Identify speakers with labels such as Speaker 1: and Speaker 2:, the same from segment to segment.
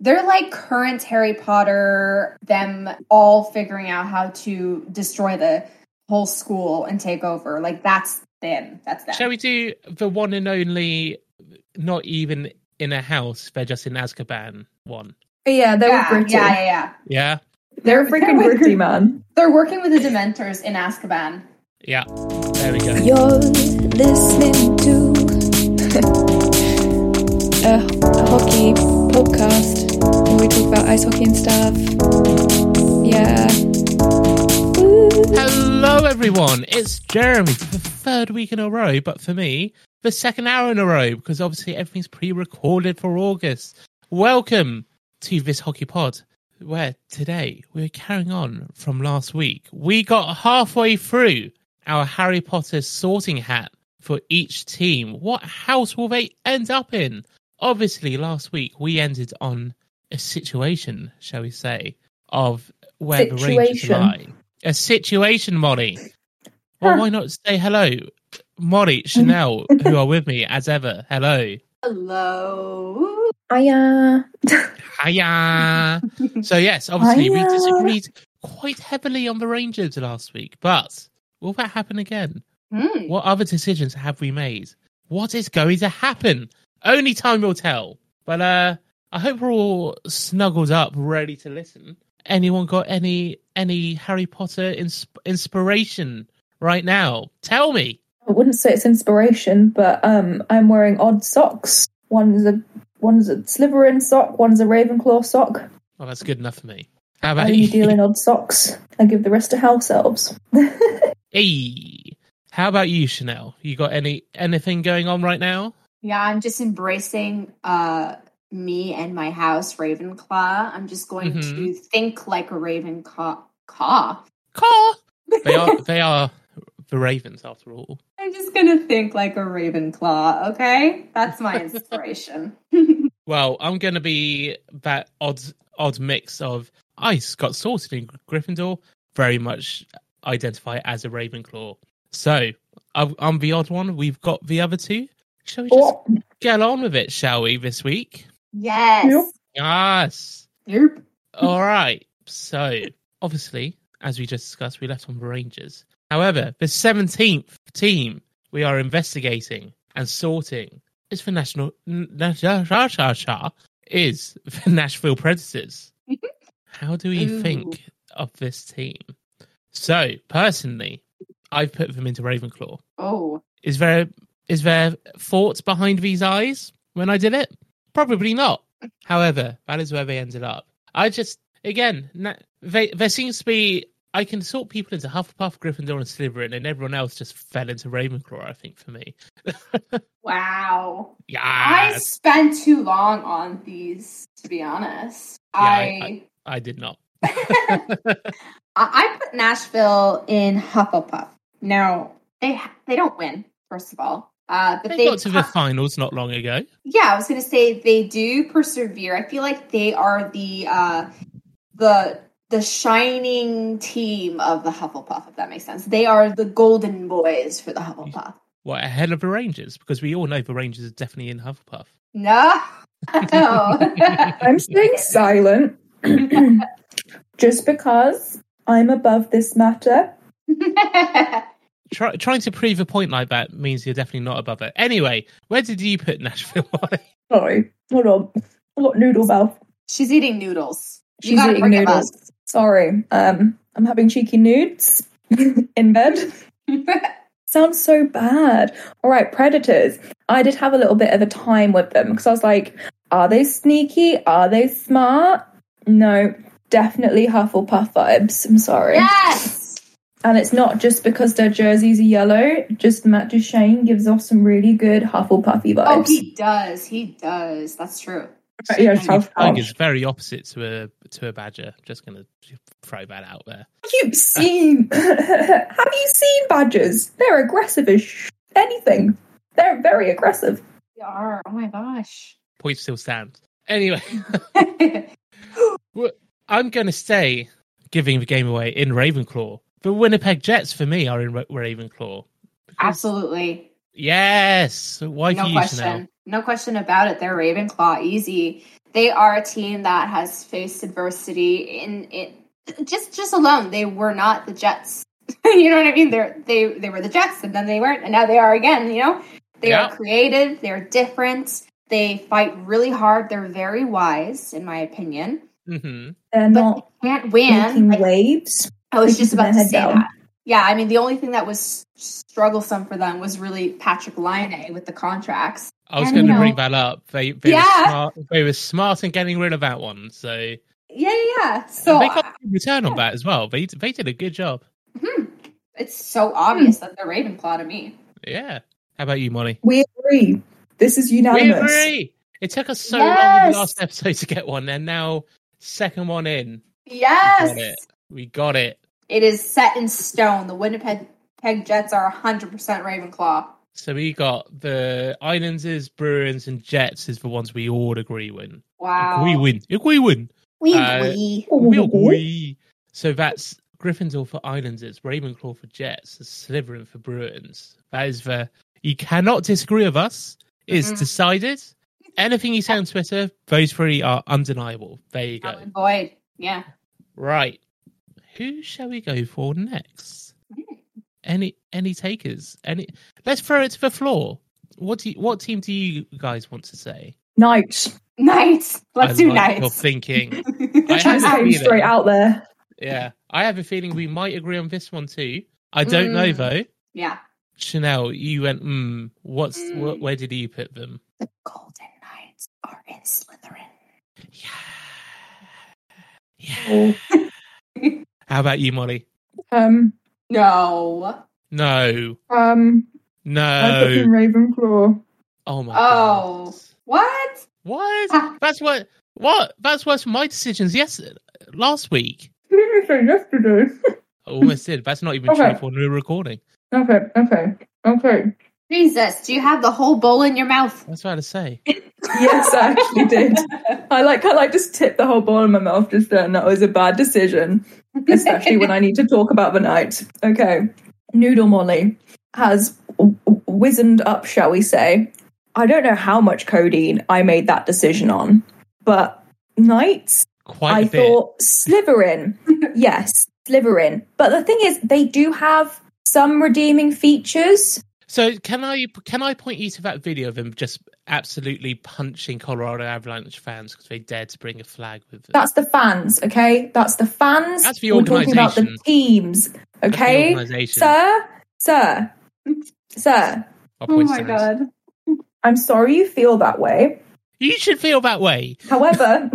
Speaker 1: They're like current Harry Potter, them all figuring out how to destroy the whole school and take over. Like that's them. That's them.
Speaker 2: Shall we do the one and only, not even in a house, they're just in Azkaban one?
Speaker 3: Yeah, they
Speaker 1: yeah,
Speaker 3: were gritty.
Speaker 1: yeah, yeah, yeah.
Speaker 2: Yeah?
Speaker 3: They're
Speaker 1: They're
Speaker 3: freaking
Speaker 1: with-
Speaker 3: gritty, man.
Speaker 1: They're working with the Dementors in Azkaban.
Speaker 2: Yeah. There we go.
Speaker 4: You're listening to a hockey podcast where we talk about ice hockey and stuff. Yeah.
Speaker 2: Hello, everyone. It's Jeremy for the third week in a row, but for me, the second hour in a row because obviously everything's pre recorded for August. Welcome to this hockey pod where today we're carrying on from last week. We got halfway through our Harry Potter sorting hat for each team. What house will they end up in? Obviously, last week we ended on a situation, shall we say, of where the Rangers
Speaker 3: Situation.
Speaker 2: lie a situation, Molly. Well, why not say hello, Molly, Chanel, who are with me as ever. Hello.
Speaker 1: Hello.
Speaker 3: Hiya.
Speaker 2: Hiya. So, yes, obviously,
Speaker 3: Hiya.
Speaker 2: we disagreed quite heavily on the Rangers last week, but will that happen again?
Speaker 1: Hmm.
Speaker 2: What other decisions have we made? What is going to happen? Only time will tell. But uh, I hope we're all snuggled up, ready to listen. Anyone got any any Harry Potter ins- inspiration right now? Tell me.
Speaker 3: I wouldn't say it's inspiration, but um, I'm wearing odd socks. One's a one's a Slytherin sock, one's a Ravenclaw sock.
Speaker 2: Well, that's good enough for me. How
Speaker 3: I
Speaker 2: about
Speaker 3: only
Speaker 2: you?
Speaker 3: deal in odd socks. I give the rest to house elves.
Speaker 2: Hey, how about you, Chanel? You got any anything going on right now?
Speaker 1: Yeah, I'm just embracing uh me and my house, Ravenclaw. I'm just going
Speaker 2: Mhm.
Speaker 1: to think like a Ravenclaw. Caw.
Speaker 2: Caw. They are they are the Ravens after all.
Speaker 1: I'm just gonna think like a Ravenclaw. Okay, that's my inspiration.
Speaker 2: Well, I'm going to be that odd odd mix of ice got sorted in Gryffindor, very much identify as a Ravenclaw. So I'm, I'm the odd one. We've got the other two. Shall we just
Speaker 3: Oh,
Speaker 2: get on with it, shall we, this week?
Speaker 1: yes.
Speaker 2: Yes.
Speaker 1: Yep.
Speaker 2: All right. So, obviously, as we just discussed, we left on the Rangers. However, the 17th team we are investigating and sorting is the National N- Na- Sha- Sha- Sha- Sha- is the Nashville Predators. How do we
Speaker 1: Ooh.
Speaker 2: think of this team? So, personally, I've put them into Ravenclaw.
Speaker 1: Oh,
Speaker 2: Is there is there thoughts behind these eyes when I did it? Probably not. However, that is where they ended up. I just again, na- they, there seems to be I can sort people into Hufflepuff, Gryffindor, and Slytherin, and everyone else just fell into Ravenclaw. I think for me,
Speaker 1: wow. I
Speaker 2: yes,
Speaker 1: spent too long on these, to be honest.
Speaker 2: Yeah,
Speaker 1: I
Speaker 2: I- I, did not.
Speaker 1: I, I put Nashville in Hufflepuff. Now they they don't win, first of all. Uh, but
Speaker 2: They,
Speaker 1: they,
Speaker 2: got to the
Speaker 1: co-
Speaker 2: finals not long ago.
Speaker 1: yeah i was gonna say they do persevere i feel like they are the uh the the shining team of the hufflepuff if that makes sense they are the golden boys for the hufflepuff
Speaker 2: What ahead of the Rangers? Because we all know the Rangers are definitely in Hufflepuff.
Speaker 1: no Oh.
Speaker 3: I'm staying silent just because I'm above this matter.
Speaker 2: Try, trying to prove a point like that means you're definitely not above it. Anyway, where did you put Nashville? Molly?
Speaker 3: Sorry, hold on. I've got noodle mouth.
Speaker 1: she's eating noodles you
Speaker 3: She's
Speaker 1: gotta
Speaker 3: eating
Speaker 1: bring 'em
Speaker 3: noodles. Sorry, um, I'm having cheeky nudes in bed.
Speaker 1: up.
Speaker 3: Sounds so bad. All right, predators. I did have a little bit of a time with them because I was like, are they sneaky? Are they smart? No, definitely Hufflepuff vibes. I'm sorry.
Speaker 1: yes
Speaker 3: And it's not just because their jerseys are yellow, just Matt Duchesne gives off some really good Hufflepuffy vibes.
Speaker 1: oh he does he does that's true
Speaker 3: But yeah,
Speaker 2: Sydney
Speaker 3: South Park.
Speaker 2: Tiger's very opposite to a to a badger. Just gonna throw that out there.
Speaker 3: You've seen. Have you seen badgers? They're aggressive as sh- anything. They're very aggressive.
Speaker 1: they are oh my gosh
Speaker 2: Point still stands. Anyway, I'm gonna stay giving the game away in Ravenclaw. The Winnipeg Jets for me are in Ra- Ravenclaw. Because-
Speaker 1: absolutely
Speaker 2: Yes. Why for
Speaker 1: no
Speaker 2: you,
Speaker 1: question.
Speaker 2: Chanel?
Speaker 1: No question about it. They're Ravenclaw, easy. They are a team that has faced adversity in it just just alone. They were not the Jets. you know what I mean? They they they were the Jets and then they weren't and now they are again, you know? They
Speaker 2: Yeah.
Speaker 1: are creative, they're different, they fight really hard, they're very wise in my opinion.
Speaker 2: hmm
Speaker 3: They're
Speaker 1: But
Speaker 3: not
Speaker 1: they can't
Speaker 3: making
Speaker 1: win. Like,
Speaker 3: waves.
Speaker 1: I was
Speaker 3: They
Speaker 1: just
Speaker 3: keep their
Speaker 1: about to
Speaker 3: head
Speaker 1: say
Speaker 3: down.
Speaker 1: that. Yeah, I mean, the only thing that was strugglesome for them was really Patrick Line with the contracts.
Speaker 2: I was
Speaker 1: And, you
Speaker 2: going to
Speaker 1: know-
Speaker 2: bring that up. They they, were
Speaker 1: Yeah.
Speaker 2: smart, they were smart in getting rid of that one. So
Speaker 1: Yeah, yeah, yeah. So
Speaker 2: they
Speaker 1: I-
Speaker 2: got a return on that as well. They they did a good job.
Speaker 1: hmm, it's so obvious
Speaker 2: Hmm.
Speaker 1: that they're Ravenclaw to me.
Speaker 2: Yeah. How about you, Molly?
Speaker 3: We agree. This is
Speaker 2: We
Speaker 3: unanimous.
Speaker 2: agree. It took us so long in
Speaker 3: Yes.
Speaker 2: the last episode to get one, and now second one in.
Speaker 1: Yes,
Speaker 2: it. We got it.
Speaker 1: it is set in stone. The Winnipeg Peg Jets are 100% Ravenclaw.
Speaker 2: So we got the Islanders, Bruins, and Jets is the ones we all agree with.
Speaker 1: Wow.
Speaker 2: We win. We win.
Speaker 1: We
Speaker 2: Uh,
Speaker 1: we.
Speaker 3: Oh,
Speaker 2: We
Speaker 3: Ooh.
Speaker 2: agree. So that's Gryffindor for Islanders, Ravenclaw for Jets, and Slytherin for Bruins. That is the you cannot disagree with us. It's
Speaker 3: Mm-hmm.
Speaker 1: Mhm.
Speaker 2: decided. Anything you say on Twitter, those three are undeniable. There you go.
Speaker 1: Alan Boyd. Yeah.
Speaker 2: Right. Who shall we go for next?
Speaker 1: Hmm.
Speaker 2: Any any takers? Any let's throw it to the floor. What do you, what team do you guys want to say?
Speaker 3: Night.
Speaker 1: Knights. Let's
Speaker 2: I
Speaker 1: do
Speaker 2: like
Speaker 1: knights.
Speaker 2: Your thinking. I
Speaker 3: Just
Speaker 2: have a
Speaker 3: aim
Speaker 2: feeling.
Speaker 3: straight out there.
Speaker 2: yeah. I have a feeling we might agree on this one too. I don't know
Speaker 1: Mm.
Speaker 2: though.
Speaker 1: yeah.
Speaker 2: Chanel, you went, hmm, what's
Speaker 1: Mm.
Speaker 2: wh- where did you put them?
Speaker 1: The Golden Knights are in Slytherin.
Speaker 2: Yeah. Yeah.
Speaker 3: Ooh.
Speaker 2: How about you, Molly?
Speaker 3: Um,
Speaker 1: No.
Speaker 2: No.
Speaker 3: um, I put in
Speaker 2: No.
Speaker 3: Ravenclaw.
Speaker 2: Oh my
Speaker 1: Oh.
Speaker 2: god.
Speaker 1: What?
Speaker 2: What?
Speaker 1: Ah.
Speaker 2: That's what. What? That's worse for my decisions. Yes, last week
Speaker 3: Didn't you say yesterday?
Speaker 2: I almost did. That's not even
Speaker 3: Okay.
Speaker 2: true for new recording.
Speaker 3: okay, okay, okay.
Speaker 1: Jesus, do you have the whole bowl in your mouth?
Speaker 2: That's what I had to say.
Speaker 3: Yes, I actually did. I like I like just tipped the whole ball in my mouth just then. That was a bad decision, especially when I need to talk about the night. Okay, Noodle Molly has w- w- wizened up, shall we say? I don't know how much codeine I made that decision on, but nights
Speaker 2: Quite
Speaker 3: I
Speaker 2: a bit.
Speaker 3: thought Sliverin. yes, Sliverin. But the thing is, they do have some redeeming features.
Speaker 2: So can I can I point you to that video of him just absolutely punching Colorado Avalanche fans because they dared to bring a flag with them?
Speaker 3: That's the fans, okay? That's the fans.
Speaker 2: That's the
Speaker 3: We're talking about the
Speaker 2: organisation.
Speaker 3: teams,
Speaker 2: That's the
Speaker 3: okay?
Speaker 2: organisation.
Speaker 3: Sir, sir, sir,
Speaker 2: I'll
Speaker 1: Oh
Speaker 2: point
Speaker 1: my
Speaker 2: to this.
Speaker 1: god.
Speaker 3: I'm sorry you feel that way.
Speaker 2: You should feel that way.
Speaker 3: However,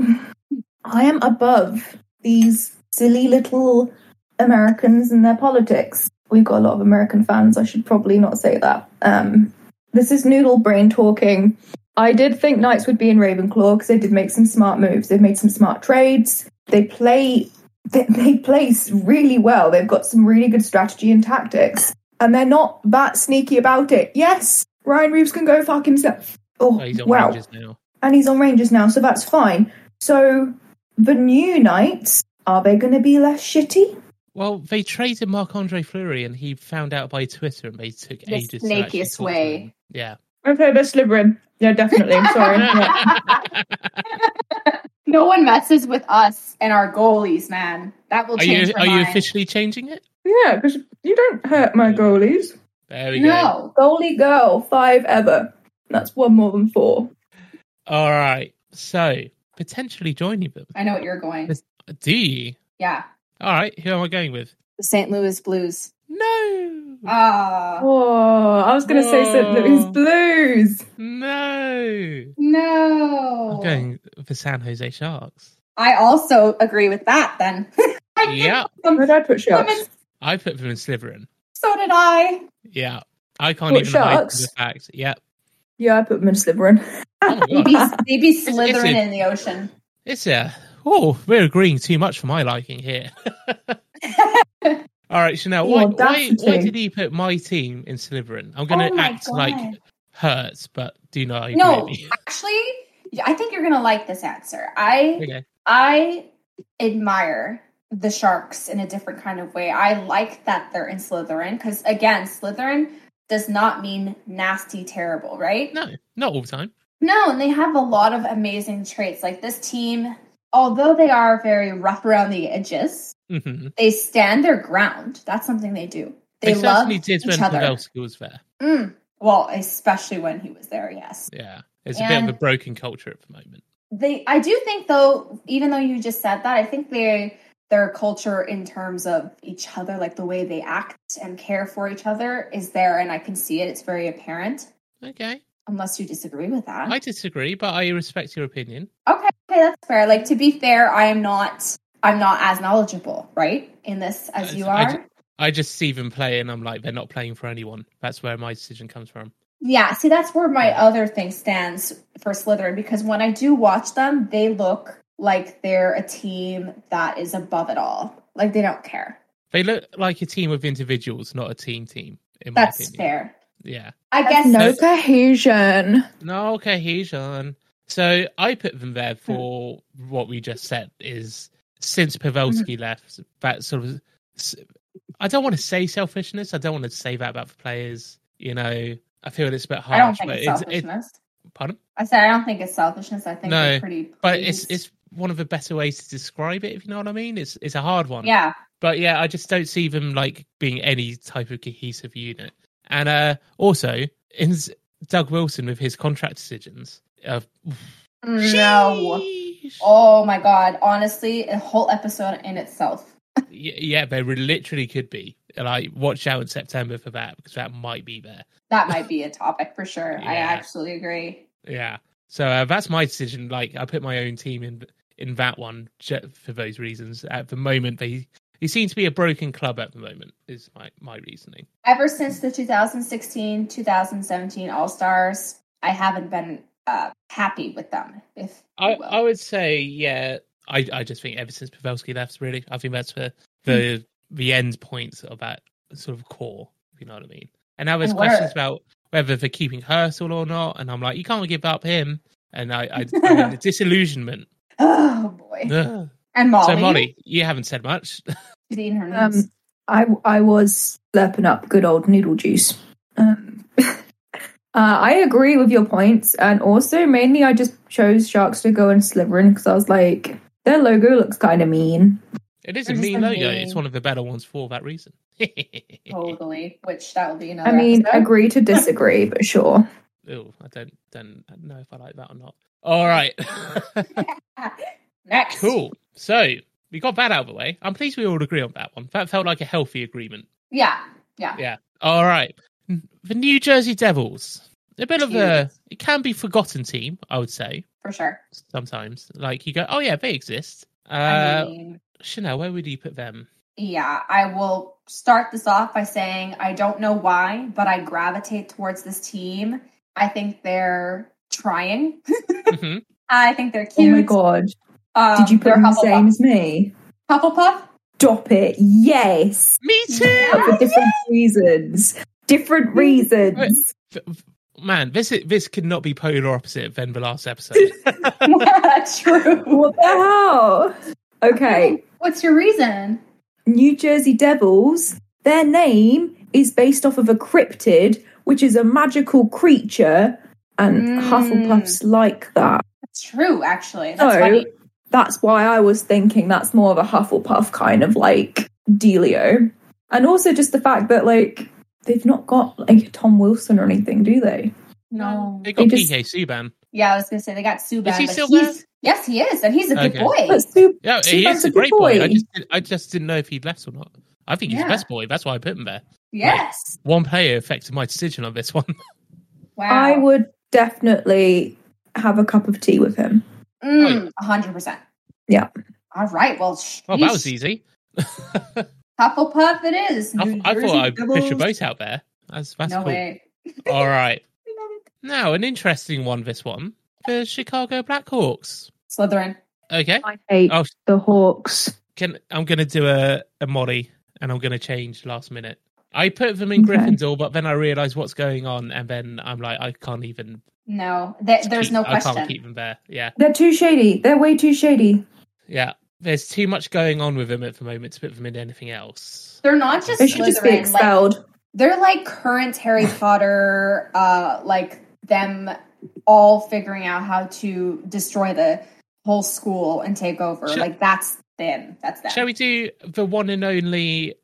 Speaker 3: I am above these silly little Americans and their politics. We've got a lot of American fans. I should probably not say that. Um, this is noodle brain talking. I did think Knights would be in Ravenclaw because they did make some smart moves. They've made some smart trades. They play. They, they play s- really well. They've got some really good strategy and tactics, and they're not that sneaky about it. Yes, Ryan Reeves can go fuck himself. Oh,
Speaker 2: Oh, he's on
Speaker 3: wow
Speaker 2: Rangers now.
Speaker 3: and he's on Rangers now, so that's fine. So the new Knights are they going to be less shitty?
Speaker 2: Well, they traded Marc Andre Fleury, and he found out by Twitter, and they took
Speaker 1: The
Speaker 2: ages. to
Speaker 1: snakiest
Speaker 2: actually talk to
Speaker 1: way.
Speaker 2: him. Yeah.
Speaker 3: Okay, they're slivering. Yeah, definitely. I'm sorry. Yeah.
Speaker 1: no one messes with us and our goalies, man. That will
Speaker 2: Are
Speaker 1: change.
Speaker 2: you
Speaker 1: my
Speaker 2: are you
Speaker 1: mind.
Speaker 2: officially changing it?
Speaker 3: Yeah, because you don't hurt my goalies.
Speaker 2: There we go.
Speaker 1: No.
Speaker 3: Goalie girl, five ever. That's one more than four.
Speaker 2: All right. So potentially joining them.
Speaker 1: I know what you're going.
Speaker 2: This- Do you?
Speaker 1: Yeah.
Speaker 2: All right. Who am I going with?
Speaker 1: The St. Louis Blues.
Speaker 2: No.
Speaker 1: Ah.
Speaker 3: Oh, I was going to say St. Louis
Speaker 2: Whoa.
Speaker 3: Blues.
Speaker 2: No.
Speaker 1: no. Oh.
Speaker 2: I'm going for San Jose Sharks.
Speaker 1: I also agree with that then. I think
Speaker 2: Yeah.
Speaker 1: some-
Speaker 3: My dad put
Speaker 1: some-
Speaker 3: sharks.
Speaker 2: I put them in Slytherin.
Speaker 1: so did I.
Speaker 2: Yeah. I can't
Speaker 3: What,
Speaker 2: even hide from
Speaker 3: Sharks?
Speaker 2: the fact. Yeah.
Speaker 3: Yeah, I put them in Slytherin.
Speaker 2: Oh my
Speaker 1: Maybe,
Speaker 2: god.
Speaker 1: maybe
Speaker 2: it's
Speaker 1: slithering
Speaker 2: a-
Speaker 1: in the ocean.
Speaker 2: It's uh oh, we're agreeing too much for my liking here. All right, Chanel, why,
Speaker 3: Your
Speaker 2: why, why
Speaker 3: audacity.
Speaker 2: did he put my team in Slytherin? I'm going
Speaker 1: Oh
Speaker 2: to
Speaker 1: my
Speaker 2: act like
Speaker 1: God.
Speaker 2: hurt, but do not agree
Speaker 1: No.
Speaker 2: with me.
Speaker 1: Actually, I think you're gonna like this answer. I
Speaker 2: Okay.
Speaker 1: I admire the sharks in a different kind of way. I like that they're in Slytherin because again, Slytherin does not mean nasty, terrible, right?
Speaker 2: No, not all the time.
Speaker 1: No, and they have a lot of amazing traits. Like this team, although they are very rough around the edges,
Speaker 2: Mhm.
Speaker 1: they stand their ground. That's something they do. They,
Speaker 2: They
Speaker 1: love
Speaker 2: certainly did
Speaker 1: each
Speaker 2: when
Speaker 1: other.
Speaker 2: Pavelski was there.
Speaker 1: Mm. Well, especially when he was there, yes.
Speaker 2: Yeah, it's a bit of
Speaker 1: And-
Speaker 2: a broken culture at the moment.
Speaker 1: They I do think though, even though you just said that, I think they their culture in terms of each other, like the way they act and care for each other is there and I can see it. It's very apparent.
Speaker 2: Okay,
Speaker 1: Unless you disagree with that.
Speaker 2: I disagree, but I respect your opinion.
Speaker 1: Okay, okay, that's fair. Like to be fair, I am not I'm not as knowledgeable, right? In this as
Speaker 2: Uh,
Speaker 1: you
Speaker 2: I
Speaker 1: are.
Speaker 2: ju- I just see them play, and I'm like, they're not playing for anyone. That's where my decision comes from.
Speaker 1: Yeah, see that's where my other thing stands for Slytherin because when I do watch them, they look like they're a team that is above it all. Like they don't care.
Speaker 2: They look like a team of individuals, not a team team. In
Speaker 1: That's
Speaker 2: my opinion.
Speaker 1: fair.
Speaker 2: Yeah.
Speaker 1: I guess
Speaker 3: no
Speaker 2: so-
Speaker 3: cohesion.
Speaker 2: No cohesion. So I put them
Speaker 1: Hmm.
Speaker 2: there for what we just said is since
Speaker 1: Hmm.
Speaker 2: Pavelski left, that sort of. s- I don't want to say selfishness. I don't want to say that about the players. You know, I feel it's a bit
Speaker 1: I don't
Speaker 2: harsh,
Speaker 1: think
Speaker 2: but
Speaker 1: it's
Speaker 2: it's, it,
Speaker 1: selfishness.
Speaker 2: pardon,
Speaker 1: I said I don't think it's selfishness. I think
Speaker 2: No,
Speaker 1: they're pretty
Speaker 2: but it's
Speaker 1: pleased.
Speaker 2: it's one of the better ways to describe it, if you know what I mean. It's it's a hard one.
Speaker 1: yeah.
Speaker 2: but yeah, I just don't see them like being any type of cohesive unit. And uh, also, in s- Doug Wilson with his contract decisions, uh,
Speaker 3: Mm,
Speaker 1: No.
Speaker 2: sheesh.
Speaker 1: Oh my god. Honestly, a whole episode in itself.
Speaker 2: Y- yeah, there re- literally could be. Like, watch out in September for that because that might be there.
Speaker 1: That might be a topic for sure. I
Speaker 2: Yeah.
Speaker 1: absolutely agree.
Speaker 2: Yeah, so uh, that's my decision. Like, I put my own team in in that one ju- for those reasons. At the moment, they they seem to be a broken club. At the moment, is my my reasoning.
Speaker 1: ever since the 2016 2017 All Stars, I haven't been uh, happy with them. If you
Speaker 2: I,
Speaker 1: will.
Speaker 2: I would say, yeah, I, I just think ever since Pavelski left, really, I think that's the
Speaker 1: Hmm.
Speaker 2: the the end point of that sort of core, if you know what I mean. And now there's
Speaker 1: And where-
Speaker 2: questions about whether they're keeping Herschel or not, and I'm like, you can't give up him. And I, I, I mean, the disillusionment.
Speaker 1: oh boy,
Speaker 2: Ugh.
Speaker 1: and Molly,
Speaker 2: So Molly, you haven't said much.
Speaker 1: she's eating her
Speaker 3: Um,
Speaker 1: noodles.
Speaker 3: I I was slurping up good old noodle juice. Um, uh, I agree with your points, and also mainly I just chose sharks to go and Slytherin because I was like, their logo looks kind of mean.
Speaker 2: It is a
Speaker 1: It is
Speaker 2: mean
Speaker 1: a
Speaker 2: logo.
Speaker 1: mean-
Speaker 2: It's one of the better ones for that reason.
Speaker 1: totally. Which that will be another.
Speaker 3: I mean,
Speaker 1: episode.
Speaker 3: agree to disagree, but sure.
Speaker 2: Ooh, I don't don't know if I like that or not. All right.
Speaker 1: Ah, next.
Speaker 2: Cool. So we got that out of the way. I'm pleased we all agree on that one. That felt like a healthy agreement.
Speaker 1: Yeah, yeah.
Speaker 2: All right. The New Jersey Devils. A bit of a it can be forgotten team, I would say,
Speaker 1: for sure.
Speaker 2: sometimes. Like you go, Oh yeah, they exist. Uh
Speaker 1: I mean,
Speaker 2: Chanel, where would you put them?
Speaker 1: yeah. I will start this off by saying I don't know why, but I gravitate towards this team. I think they're trying.
Speaker 2: Mhm.
Speaker 1: I think they're cute.
Speaker 3: Oh my god,
Speaker 1: Um,
Speaker 3: did you put
Speaker 1: they're
Speaker 3: them the same
Speaker 1: Hufflepuff.
Speaker 3: as me?
Speaker 1: Hufflepuff?
Speaker 3: Stop it! Yes,
Speaker 2: Me
Speaker 3: But
Speaker 2: too.
Speaker 1: Ah,
Speaker 3: for different reasons. Different reasons.
Speaker 2: Man, this is, this could not be polar opposite than the last episode.
Speaker 1: True.
Speaker 3: What the hell? Okay,
Speaker 1: What's your reason?
Speaker 3: New Jersey Devils, their name is based off of a cryptid, which is a magical creature, and
Speaker 1: Mm.
Speaker 3: Hufflepuff's like that.
Speaker 1: That's true, actually. That's
Speaker 3: So-
Speaker 1: funny.
Speaker 3: That's why I was thinking that's more of a Hufflepuff kind of like dealio. And also just the fact that, like, they've not got like Tom Wilson or anything, do they?
Speaker 1: No.
Speaker 2: they got
Speaker 3: They just-
Speaker 2: PK Suban.
Speaker 1: Yeah, I was gonna say they got Subban.
Speaker 2: Is he
Speaker 1: but
Speaker 2: still
Speaker 1: he's- Yes, he is, and he's a good
Speaker 2: Okay.
Speaker 1: boy.
Speaker 3: But Sue-
Speaker 2: Yeah, he
Speaker 3: Suban's
Speaker 2: is
Speaker 3: a
Speaker 2: a
Speaker 3: good
Speaker 2: great boy. I
Speaker 3: boy.
Speaker 2: just did- I just didn't know if he'd left or not. I think he's
Speaker 1: Yeah.
Speaker 2: best boy. That's why I put him there.
Speaker 1: Yes.
Speaker 2: one player affected my decision on this one.
Speaker 1: Wow.
Speaker 3: I would definitely have a cup of tea with him.
Speaker 1: Mm, 100%.
Speaker 3: Yeah. Oh,
Speaker 1: All right. Well,
Speaker 2: Well, Oh, that was
Speaker 1: sheesh.
Speaker 2: easy. I,
Speaker 1: Hufflepuff it is. New
Speaker 2: I
Speaker 1: Jersey
Speaker 2: thought I'd push a
Speaker 1: Devils.
Speaker 2: boat out there. That's, that's
Speaker 1: No
Speaker 2: cool.
Speaker 1: way.
Speaker 2: All right. Now, an interesting one, this one. The Chicago Blackhawks.
Speaker 1: Slytherin.
Speaker 2: Okay.
Speaker 3: I hate
Speaker 2: Oh.
Speaker 3: the Hawks.
Speaker 2: Can I'm going to do a, a Molly and I'm going to change last minute. I put them in
Speaker 3: Okay.
Speaker 2: Gryffindor, but then I realised what's going on, and then I'm like, I can't even.
Speaker 1: No, th- there's
Speaker 2: keep-
Speaker 1: no
Speaker 2: I can't
Speaker 1: question.
Speaker 2: keep them there. Yeah.
Speaker 3: They're too shady. They're way too shady.
Speaker 2: Yeah. There's too much going on with them at the moment to put them in anything else.
Speaker 1: They're not just
Speaker 3: They should just be
Speaker 1: Slytherin, like,
Speaker 3: expelled.
Speaker 1: They're like current Harry Potter, uh, like them all figuring out how to destroy the whole school and take over.
Speaker 2: Shall-
Speaker 1: like that's them. That's them.
Speaker 2: Shall we do the one and only,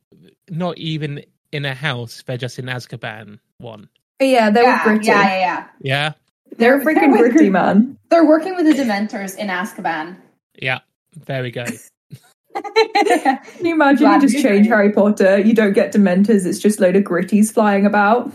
Speaker 2: not even in a house, they're just in Azkaban one?
Speaker 3: yeah, they
Speaker 1: yeah,
Speaker 3: were gritty.
Speaker 1: yeah, yeah, yeah.
Speaker 2: Yeah,
Speaker 3: They're
Speaker 1: They're-
Speaker 3: freaking
Speaker 1: they're-
Speaker 3: gritty, man.
Speaker 1: They're working with the Dementors in Azkaban.
Speaker 2: yeah. There we go.
Speaker 3: Can you imagine
Speaker 1: Glad
Speaker 3: you just
Speaker 1: you
Speaker 3: change
Speaker 1: did.
Speaker 3: Harry Potter? You don't get Dementors. It's just a load of gritties flying about.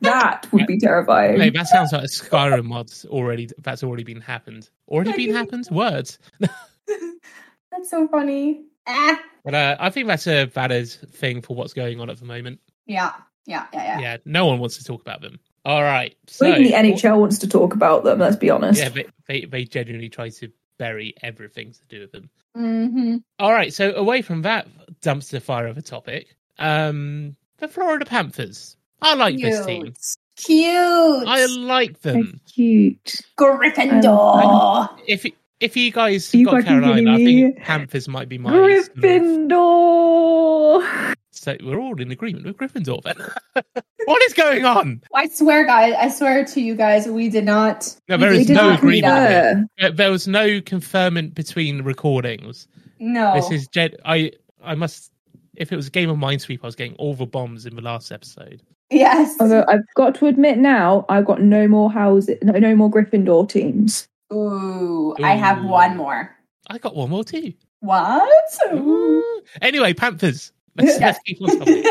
Speaker 3: That would be terrifying.
Speaker 2: Hey, that sounds like a Skyrim mod already. That's already been happened. Already been happened. Words.
Speaker 1: that's so funny. Ah.
Speaker 2: But uh, I think that's a valid thing for what's going on at the moment.
Speaker 1: Yeah, yeah, yeah, yeah.
Speaker 2: Yeah, no one wants to talk about them. All right. So,
Speaker 3: Even the NHL wants to talk about them. Let's be honest.
Speaker 2: Yeah, they, they, they genuinely try to bury everything to do with them.
Speaker 1: Mm-hmm.
Speaker 2: All right. So away from that dumpster fire of a topic, um, the Florida Panthers. I like this team.
Speaker 1: Cute.
Speaker 2: I like them.
Speaker 3: Cute.
Speaker 1: Gryffindor.
Speaker 2: If if you guys
Speaker 3: Are you
Speaker 2: got
Speaker 3: fucking kidding
Speaker 2: Carolina, I think
Speaker 3: me?
Speaker 2: Panthers might be my sort of-
Speaker 3: Gryffindor.
Speaker 2: So we're all in agreement with Gryffindor then. what is going on?
Speaker 1: I swear, guys. I swear to you guys, we did not.
Speaker 2: No, there
Speaker 1: we
Speaker 2: is
Speaker 1: did
Speaker 2: no
Speaker 1: not meet
Speaker 2: agreement.
Speaker 1: up.
Speaker 2: Yeah. There- There was no conferment between recordings.
Speaker 3: Oh.
Speaker 1: No.
Speaker 2: This is gen- I I must if it was a game of Minesweep, I was getting all the bombs in the last episode.
Speaker 1: yes.
Speaker 3: Although I've got to admit now, I've got no more houses, no, no more Gryffindor teams.
Speaker 1: Ooh, I have
Speaker 2: Ooh.
Speaker 1: one more.
Speaker 2: I got one more too.
Speaker 1: What? Ooh.
Speaker 2: Ooh. Anyway, Panthers. Let's,
Speaker 1: Yeah.
Speaker 2: let's keep on topic.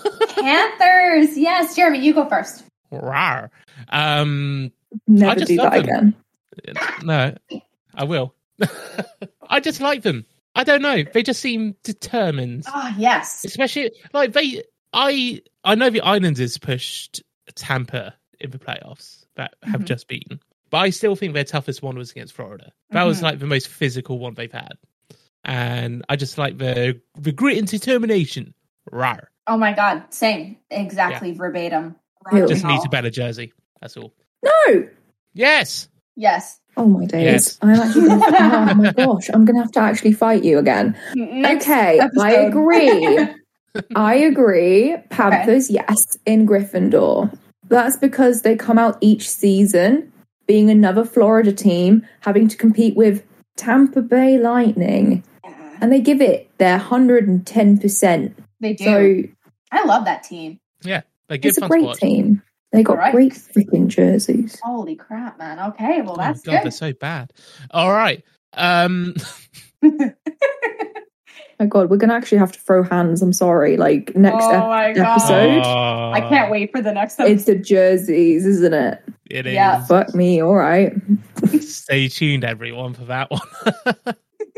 Speaker 1: Panthers. Yes, Jeremy, you go first.
Speaker 2: Rawr. Um, I
Speaker 3: Never
Speaker 2: just
Speaker 3: do
Speaker 2: love
Speaker 3: that
Speaker 2: them.
Speaker 3: again.
Speaker 2: no, I will. I just like them. I don't know. They just seem determined.
Speaker 1: Oh, yes.
Speaker 2: especially like they i i know the islanders pushed tampa in the playoffs that have
Speaker 1: Mhm.
Speaker 2: just beaten but i still think their toughest one was against florida that was
Speaker 1: Mhm.
Speaker 2: like the most physical one they've had and i just like the the grit and determination Rawr.
Speaker 1: Oh my God. Same. Exactly verbatim.
Speaker 3: Ew.
Speaker 2: just
Speaker 1: Wow.
Speaker 2: needs a better jersey that's all
Speaker 3: No.
Speaker 2: yes
Speaker 1: Yes.
Speaker 3: Oh my days.
Speaker 2: Yes.
Speaker 3: I'm actually. Gonna, oh my gosh. I'm gonna have to actually fight you again.
Speaker 1: Next
Speaker 3: okay, I
Speaker 1: episode.
Speaker 3: agree. I agree. Panthers, yes, in Gryffindor. That's because they come out each season being another Florida team having to compete with Tampa Bay Lightning
Speaker 1: Yeah,
Speaker 3: and they give it their 110%.
Speaker 1: they do.
Speaker 3: So
Speaker 1: I love that team.
Speaker 2: they give
Speaker 3: it's a
Speaker 2: fun to
Speaker 3: great
Speaker 2: watch
Speaker 3: team. They got
Speaker 1: Right.
Speaker 3: great freaking jerseys.
Speaker 1: Holy crap, man. Okay, well,
Speaker 2: oh my
Speaker 1: that's
Speaker 2: god they're
Speaker 1: good.
Speaker 2: so bad all right um
Speaker 1: Oh
Speaker 3: My Oh God, we're going to actually have to throw hands. I'm sorry. Like next
Speaker 1: oh
Speaker 3: ep-
Speaker 1: my God.
Speaker 3: episode,
Speaker 2: Uh,
Speaker 1: I can't wait for the next episode.
Speaker 3: it's the jerseys, isn't it?
Speaker 2: it is
Speaker 1: Yeah.
Speaker 3: Fuck me. All right.
Speaker 2: Stay tuned, everyone, for that one.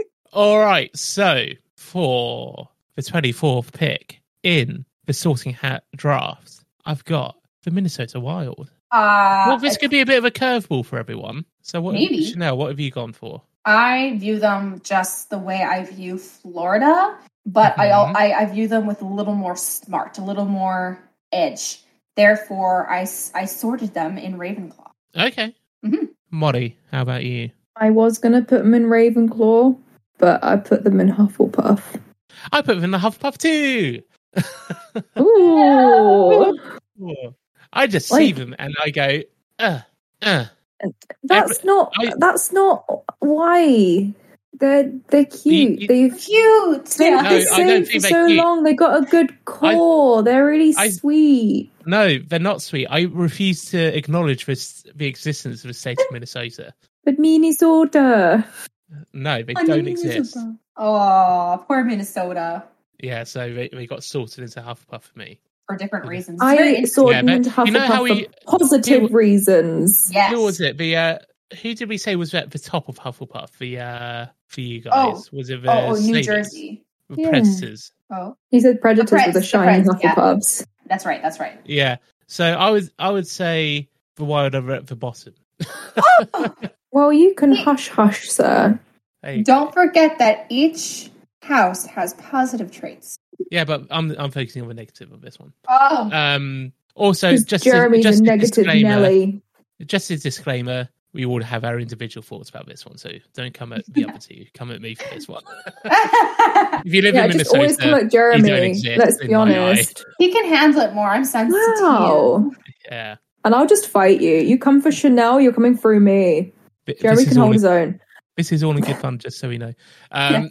Speaker 2: All right, so for the 24th pick in the Sorting Hat draft, I've got the Minnesota Wild.
Speaker 1: Uh,
Speaker 2: well, this could be a bit of a curveball for everyone. So, what,
Speaker 1: Maybe.
Speaker 2: Chanel, what have you gone for?
Speaker 1: I view them just the way I view Florida, but I al-
Speaker 2: Mhm.
Speaker 1: I, I view them with a little more smart, a little more edge. Therefore, I, s- I sorted them in Ravenclaw.
Speaker 2: Okay.
Speaker 1: Mhm.
Speaker 2: Molly, how about you?
Speaker 3: I was going to put them in Ravenclaw, but I put them in Hufflepuff.
Speaker 2: I put them in the Hufflepuff too.
Speaker 3: Ooh.
Speaker 2: I just see
Speaker 3: Like-
Speaker 2: them and I go, uh, uh.
Speaker 3: That's not
Speaker 2: I-
Speaker 3: that's not why. They're they're cute.
Speaker 2: you-
Speaker 3: They've
Speaker 1: Cute.
Speaker 3: they've
Speaker 2: No,
Speaker 1: Yeah.
Speaker 3: been
Speaker 2: I don't
Speaker 3: safe for
Speaker 2: think they're
Speaker 3: so
Speaker 2: cute.
Speaker 3: long. They got a good core. they're really
Speaker 2: I-
Speaker 3: sweet.
Speaker 2: No, they're not sweet. I refuse to acknowledge this, the existence of the state of Minnesota.
Speaker 3: But Minnie's order.
Speaker 2: No, they
Speaker 1: I
Speaker 2: don't
Speaker 1: mean, it's
Speaker 2: exist.
Speaker 1: about- Oh, poor Minnesota
Speaker 2: Yeah, so they, they got sorted into Hufflepuff for me.
Speaker 1: for different reasons. It's very
Speaker 3: I
Speaker 1: interesting.
Speaker 3: saw
Speaker 2: Yeah,
Speaker 3: them
Speaker 2: but
Speaker 3: into Hufflepuff
Speaker 2: you know how we-
Speaker 3: for positive
Speaker 2: you-
Speaker 3: reasons.
Speaker 1: Yes.
Speaker 2: Who was it? The uh, who did we say was at the top of Hufflepuff? The uh, for you guys
Speaker 1: Oh.
Speaker 2: was it the
Speaker 1: Oh, oh, New
Speaker 2: Slavers?
Speaker 1: Jersey.
Speaker 2: The
Speaker 3: Yeah.
Speaker 2: Predators?
Speaker 1: Oh,
Speaker 3: He said predators
Speaker 1: The
Speaker 3: were the
Speaker 1: Preds, the
Speaker 3: shiny
Speaker 1: Preds, yeah.
Speaker 3: Hufflepuffs.
Speaker 1: that's right. That's right.
Speaker 2: Yeah. So I was I would say the Wild are at the bottom.
Speaker 3: Well, you can
Speaker 1: Yeah.
Speaker 3: hush hush, sir.
Speaker 2: Hey.
Speaker 1: Don't forget that each house has positive traits.
Speaker 2: Yeah, but I'm I'm focusing on the negative of this one.
Speaker 1: Oh,
Speaker 2: Um. Also,
Speaker 3: 'Cause
Speaker 2: just
Speaker 3: Jeremy's
Speaker 2: a, just
Speaker 3: a
Speaker 2: a
Speaker 3: negative
Speaker 2: disclaimer.
Speaker 3: Nelly.
Speaker 2: just a disclaimer, we all have our individual thoughts about this one, so don't come at the other two. Come at me for this one. if you live
Speaker 3: Yeah,
Speaker 2: in
Speaker 3: just always call
Speaker 2: Minnesota,
Speaker 3: it Jeremy.
Speaker 2: exist
Speaker 3: Let's be
Speaker 2: in my eye.
Speaker 3: honest.
Speaker 1: he can handle it more. I'm sensitive.
Speaker 3: Wow.
Speaker 2: yeah,
Speaker 3: and I'll just fight you. You come for Chanel, you're coming through me.
Speaker 2: Th-
Speaker 3: Jeremy
Speaker 2: this, is
Speaker 3: can
Speaker 2: all
Speaker 3: hold
Speaker 2: in,
Speaker 3: his own.
Speaker 2: this is all in good fun, just so we know. Um,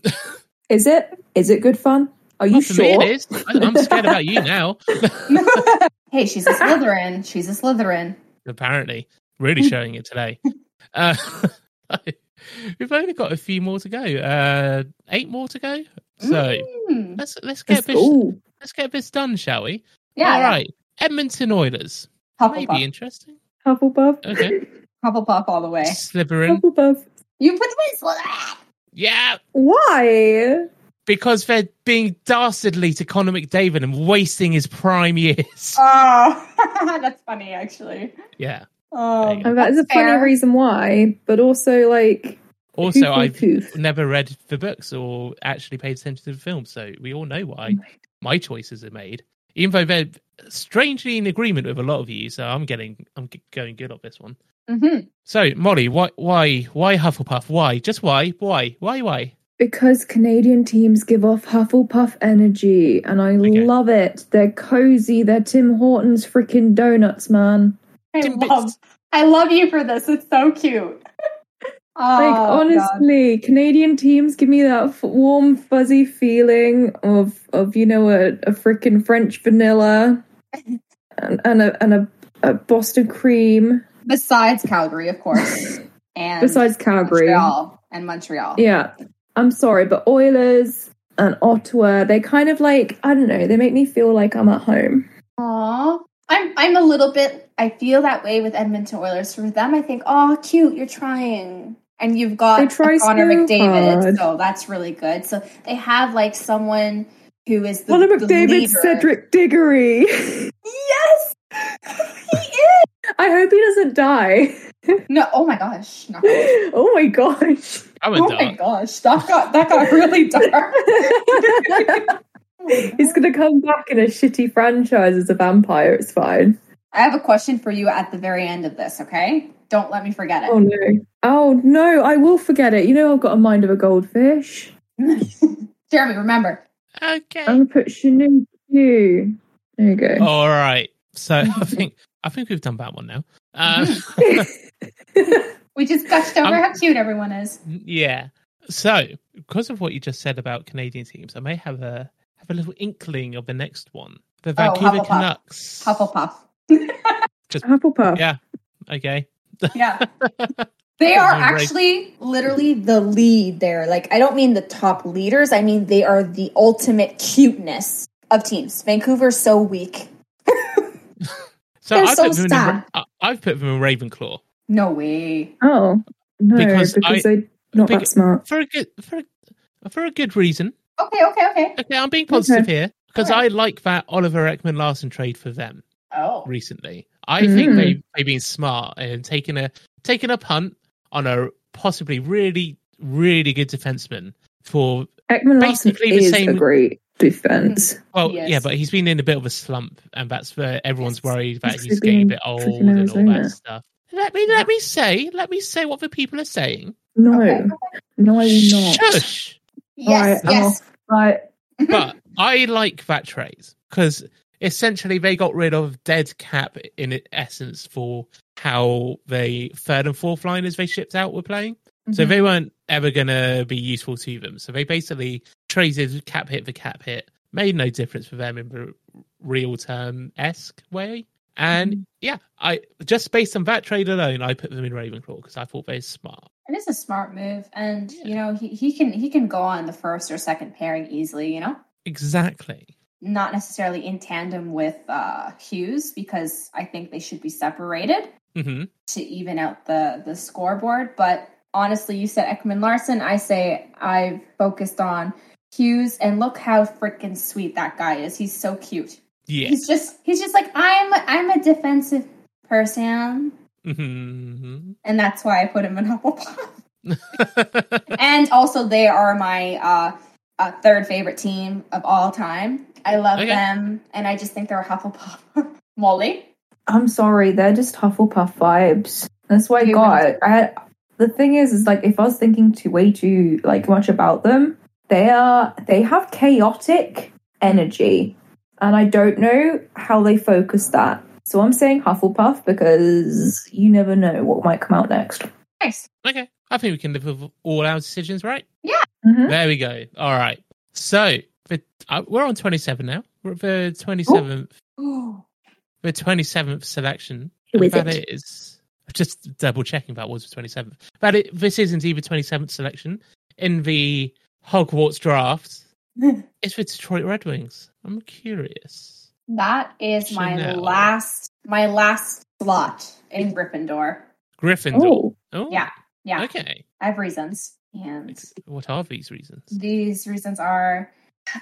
Speaker 3: Is it? Is it good fun? Are you
Speaker 2: for me
Speaker 3: sure?
Speaker 2: it is. I, I'm scared about you now.
Speaker 1: Hey, she's a Slytherin. She's a Slytherin.
Speaker 2: apparently. Really showing it today. Uh, we've only got a few more to go. Uh, eight more to go. So
Speaker 3: Mm.
Speaker 1: Hmm.
Speaker 2: let's let's get
Speaker 3: It's-
Speaker 2: this
Speaker 3: ooh.
Speaker 2: let's get this done, shall we?
Speaker 1: Yeah.
Speaker 2: All right. Edmonton Oilers. Maybe
Speaker 1: Hufflepuff.
Speaker 2: interesting.
Speaker 3: Hufflepuff.
Speaker 2: Okay.
Speaker 1: Hufflepuff all the way.
Speaker 2: Slytherin.
Speaker 3: Hufflepuff.
Speaker 1: You put the way Slytherin.
Speaker 2: Yeah.
Speaker 3: Why?
Speaker 2: Because they're being dastardly to Connor McDavid and wasting his prime years.
Speaker 1: Uh, Oh, that's funny, actually.
Speaker 2: yeah.
Speaker 1: Um,
Speaker 2: There
Speaker 3: And Oh, that is a
Speaker 1: Fair.
Speaker 3: funny reason why, but also like
Speaker 2: Also,
Speaker 3: I
Speaker 2: I've never read the books or actually paid attention to the film, so we all know why my choices are made. Even though they're strangely in agreement with a lot of you, so I'm getting I'm g- going good on this one.
Speaker 1: mhm.
Speaker 2: So Molly, why why why Hufflepuff? Why just why why why why?
Speaker 3: because Canadian teams give off Hufflepuff energy, and I
Speaker 2: Okay.
Speaker 3: love it. They're cozy. They're Tim Hortons freaking donuts, man.
Speaker 1: I
Speaker 2: Tim
Speaker 1: love,
Speaker 2: Bits.
Speaker 1: I love you for this. It's so cute. Oh,
Speaker 3: Like
Speaker 1: God.
Speaker 3: honestly, Canadian teams give me that f- warm, fuzzy feeling of of you know a, a freaking French vanilla and, and a and a, a Boston cream.
Speaker 1: besides Calgary, of course, and
Speaker 3: Besides Calgary,
Speaker 1: Montreal and Montreal.
Speaker 3: Yeah. I'm sorry, but Oilers and Ottawa, they kind of like, I don't know, they make me feel like I'm at home.
Speaker 1: Aw. I'm I'm a little bit I feel that way with Edmonton Oilers. For them, I think, oh cute, you're trying. And you've got
Speaker 3: They try
Speaker 1: a Connor
Speaker 3: so
Speaker 1: McDavid,
Speaker 3: hard.
Speaker 1: so that's really good. So they have like someone who is the,
Speaker 3: Connor
Speaker 1: the
Speaker 3: McDavid,
Speaker 1: leader.
Speaker 3: Cedric Diggory.
Speaker 1: Yes! he is
Speaker 3: I hope he doesn't die.
Speaker 1: No oh my gosh. No. Oh
Speaker 3: Oh my gosh.
Speaker 2: I'm a
Speaker 1: my
Speaker 2: dark.
Speaker 1: gosh. That got that got really dark.
Speaker 3: He's going to come back in a shitty franchise as a vampire. It's fine.
Speaker 1: I have a question for you at the very end of this, okay? Don't let me forget it.
Speaker 3: Oh no. Oh no, I will forget it. You know, I've got a mind of a goldfish.
Speaker 1: Jeremy, remember.
Speaker 2: Okay.
Speaker 3: I'm going to put Shanu. There you go.
Speaker 2: All right. So I think I think we've done that one now. Um,
Speaker 1: We just gushed over
Speaker 2: I'm-
Speaker 1: how cute everyone is.
Speaker 2: Yeah. So, because of what you just said about Canadian teams, I may have a have a little inkling of the next one. The
Speaker 1: Oh,
Speaker 2: Vancouver
Speaker 1: Hufflepuff.
Speaker 2: Canucks.
Speaker 1: Hufflepuff.
Speaker 3: Hufflepuff.
Speaker 2: Yeah. Okay.
Speaker 1: Yeah. They are
Speaker 2: That was a great-
Speaker 1: actually literally the lead there. Like, I don't mean the top leaders. I mean, they are the ultimate cuteness of teams. Vancouver's so weak.
Speaker 2: So
Speaker 1: They're
Speaker 2: I
Speaker 1: so
Speaker 2: put them in
Speaker 1: sad.
Speaker 2: the, Ra- I- I've put them in Ravenclaw
Speaker 1: No way.
Speaker 3: Oh, no,
Speaker 2: Because
Speaker 3: because,
Speaker 2: I-
Speaker 3: they're not
Speaker 2: Bec-
Speaker 3: that smart.
Speaker 2: for a good for a, for a good reason.
Speaker 1: Okay, okay, okay.
Speaker 2: Okay, I'm being positive
Speaker 3: Okay.
Speaker 2: here because
Speaker 1: Alright.
Speaker 2: I like that Oliver Ekman Larson trade for them
Speaker 1: Oh.
Speaker 2: recently. I think
Speaker 3: Mm.
Speaker 2: they they've been smart and taken a taken a punt on a possibly really really good defenseman for
Speaker 3: Ekman Larson
Speaker 2: Basically the
Speaker 3: is
Speaker 2: same-
Speaker 3: a great defense.
Speaker 2: Well,
Speaker 1: Yes.
Speaker 2: yeah, but he's been in a bit of a slump, and that's where everyone's
Speaker 1: Yes.
Speaker 2: worried that
Speaker 3: He's
Speaker 2: he's getting a
Speaker 3: freaking-
Speaker 2: bit old
Speaker 3: freaking
Speaker 2: and all that
Speaker 3: Arizona.
Speaker 2: stuff. Let me let me say, let me say what the people are saying.
Speaker 3: No,
Speaker 1: Okay.
Speaker 3: no, I will not.
Speaker 2: Shush!
Speaker 1: Yes,
Speaker 3: All right,
Speaker 1: yes.
Speaker 3: But
Speaker 2: but I like that trade because essentially they got rid of dead cap in e-, essence for how the third and fourth liners they shipped out were playing. So
Speaker 1: Mhm.
Speaker 2: they weren't ever going to be useful to them. So they basically traded cap hit for cap hit, made no difference for them in the real term esque way. And yeah, I just based on that trade alone, I put them in Ravenclaw because I thought they were smart.
Speaker 1: It is a smart move. And, you know, he, he can he can go on the first or second pairing easily, you know?
Speaker 2: Exactly.
Speaker 1: Not necessarily in tandem with uh, Hughes because I think they should be separated.
Speaker 2: hmm
Speaker 1: to even out the the scoreboard. But honestly, you said Ekman Larson. I say I've focused on Hughes, and look how freaking sweet that guy is. He's so cute.
Speaker 2: Yeah.
Speaker 1: He's just he's just like I'm I'm a defensive person,
Speaker 2: hmm
Speaker 1: and that's why I put him in Hufflepuff.
Speaker 2: Mm-hmm.
Speaker 1: and also, they are my uh, uh, third favorite team of all time. I love
Speaker 2: Okay.
Speaker 1: them, and I just think they're a Hufflepuff. Molly,
Speaker 3: I'm sorry, they're just Hufflepuff vibes. That's why I
Speaker 1: Yeah.
Speaker 3: got. I, the thing is, is like if I was thinking too way too like much about them, they are they have chaotic energy, and I don't know how they focus that. So I'm saying Hufflepuff because you never know what might come out next.
Speaker 1: Nice.
Speaker 2: Okay. I think we can live with all our decisions, right?
Speaker 3: Mhm.
Speaker 2: There we go. All right. So the, uh, we're on 27 now. We're at the 27th,
Speaker 1: Ooh.
Speaker 2: the 27th selection.
Speaker 3: Who is
Speaker 2: That
Speaker 3: it?
Speaker 2: is just double checking that was the 27th. But it, this isn't even 27th selection in the Hogwarts draft. It's the Detroit Red Wings. I'm curious.
Speaker 1: That is my
Speaker 2: Chanel.
Speaker 1: last my last slot in Gryffindor.
Speaker 2: Gryffindor.
Speaker 3: Oh,
Speaker 2: Oh,
Speaker 1: Yeah, yeah.
Speaker 2: Okay.
Speaker 1: I have reasons. And
Speaker 2: What are these reasons?
Speaker 1: these reasons are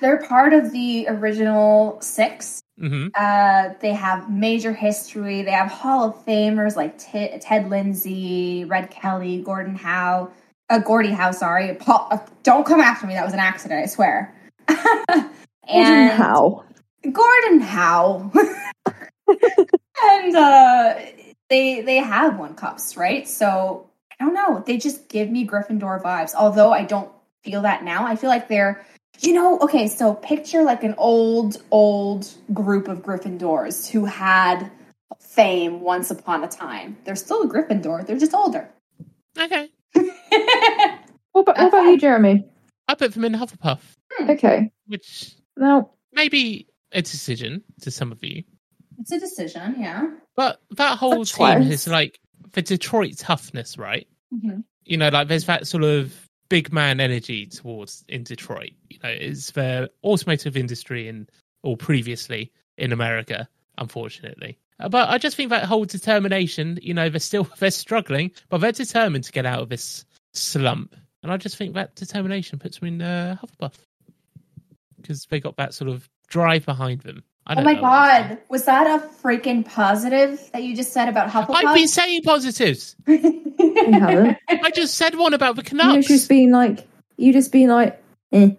Speaker 1: they're part of the original six.
Speaker 3: Mm.
Speaker 2: hmm
Speaker 1: Uh, they have major history. They have Hall of Famers like T- Ted Lindsay, Red Kelly, Gordon Howe, uh, Gordy Howe. Sorry, Paul. Uh, don't come after me. That was an accident. I swear.
Speaker 3: Gordon
Speaker 1: and
Speaker 3: Howe.
Speaker 1: Gordon Howe. and uh, they they have one cups, right? So I don't know. They just give me Gryffindor vibes. Although I don't feel that now. I feel like they're you know, okay, so picture like an old, old group of Gryffindors who had fame once upon a time. They're still a Gryffindor, they're just older.
Speaker 2: Okay.
Speaker 3: What about, what about you, Jeremy?
Speaker 2: I put them in Hufflepuff,
Speaker 3: Okay.
Speaker 2: which
Speaker 3: Now,
Speaker 2: may be a decision to some of you.
Speaker 1: it's a decision, yeah.
Speaker 2: But that whole
Speaker 3: That's
Speaker 2: team
Speaker 3: close.
Speaker 2: is like the Detroit toughness, right?
Speaker 1: Mm-hmm.
Speaker 2: You know, like there's that sort of big man energy towards in Detroit. You know, it's the automotive industry in or previously in America, unfortunately. Uh, But I just think that whole determination, you know, they're still they're struggling, but they're determined to get out of this slump. And I just think that determination puts them in uh, Hufflepuff because they got that sort of drive behind them. I
Speaker 1: Oh
Speaker 2: don't
Speaker 1: my
Speaker 2: know what I'm saying.
Speaker 1: god, was that a freaking positive that you just said about
Speaker 2: I've been
Speaker 1: Hufflepuff?
Speaker 2: saying positives.
Speaker 3: you haven't.
Speaker 2: I just said one about the
Speaker 3: you
Speaker 2: Canucks.
Speaker 3: just being like, you just being like, eh.